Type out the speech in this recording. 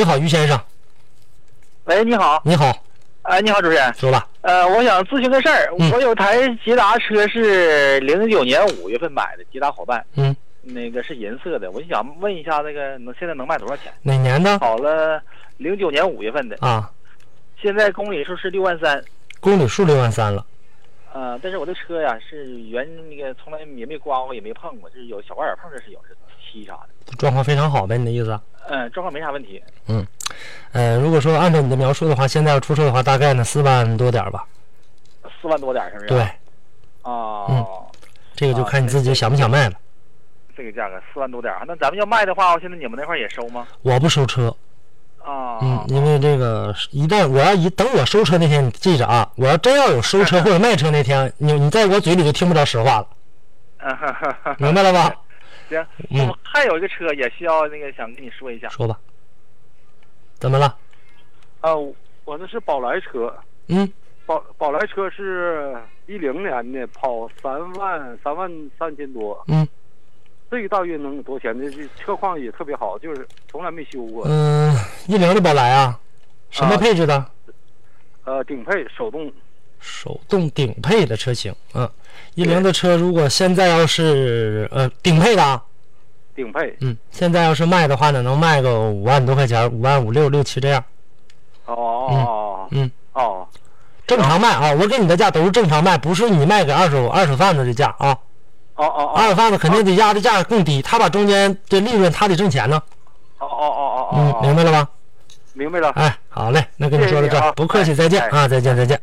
你好，于先生，喂，你好，你好，哎、你好，主持人，说吧。呃，我想咨询个事儿，嗯我有台捷达车是零九年五月份买的，捷达伙伴，嗯，那个是银色的，我就想问一下，那个能现在能卖多少钱？哪年的？好了，零九年五月份的，啊，现在公里数是六万三，公里数六万三了。呃，但是我的车呀是原那个从来也没刮过，也没碰过，就是有小刮眼碰这是有，是漆啥的，状况非常好呗，你的意思？嗯、状况没啥问题，呃，如果说按照你的描述的话，现在要出售的话，大概呢四万多点儿吧。四万多点儿是不是？对，嗯啊、这个就看你自己想不想卖了。这个价格四万多点儿，那咱们要卖的话，现在你们那块儿也收吗？我不收车，啊、嗯，因为这个一旦我要一等我收车那天，你记着啊，我要真要有收车或者卖车那天，你你在我嘴里就听不着实话了，嗯，哈哈哈明白了吧？行，嗯那么还有一个车也需要那个想跟你说一下说吧，怎么了？啊，我那是宝来车，嗯，宝宝来车是一零年的，跑三万三万三千多。嗯，这个大约能有多少钱？这这车况也特别好，就是从来没修过。嗯、一零的宝来啊，什么啊配置的？呃，顶配手动，手动顶配的车型，嗯，一零的车如果现在要是呃顶配的啊，顶配嗯，现在要是卖的话呢，能卖个五万多块钱，五万五六六七这样，哦哦哦嗯，哦正常卖啊。我给你的价都是正常卖，不是你卖给二手二手贩子的价啊。哦哦二手贩子肯定得压的价更低，他把中间的利润他得挣钱呢。哦哦哦哦嗯，明哦，白了吧？明白了。哎，好嘞，那跟你说到谢这谢你儿，啊不客气，再见哎啊，再见，再见。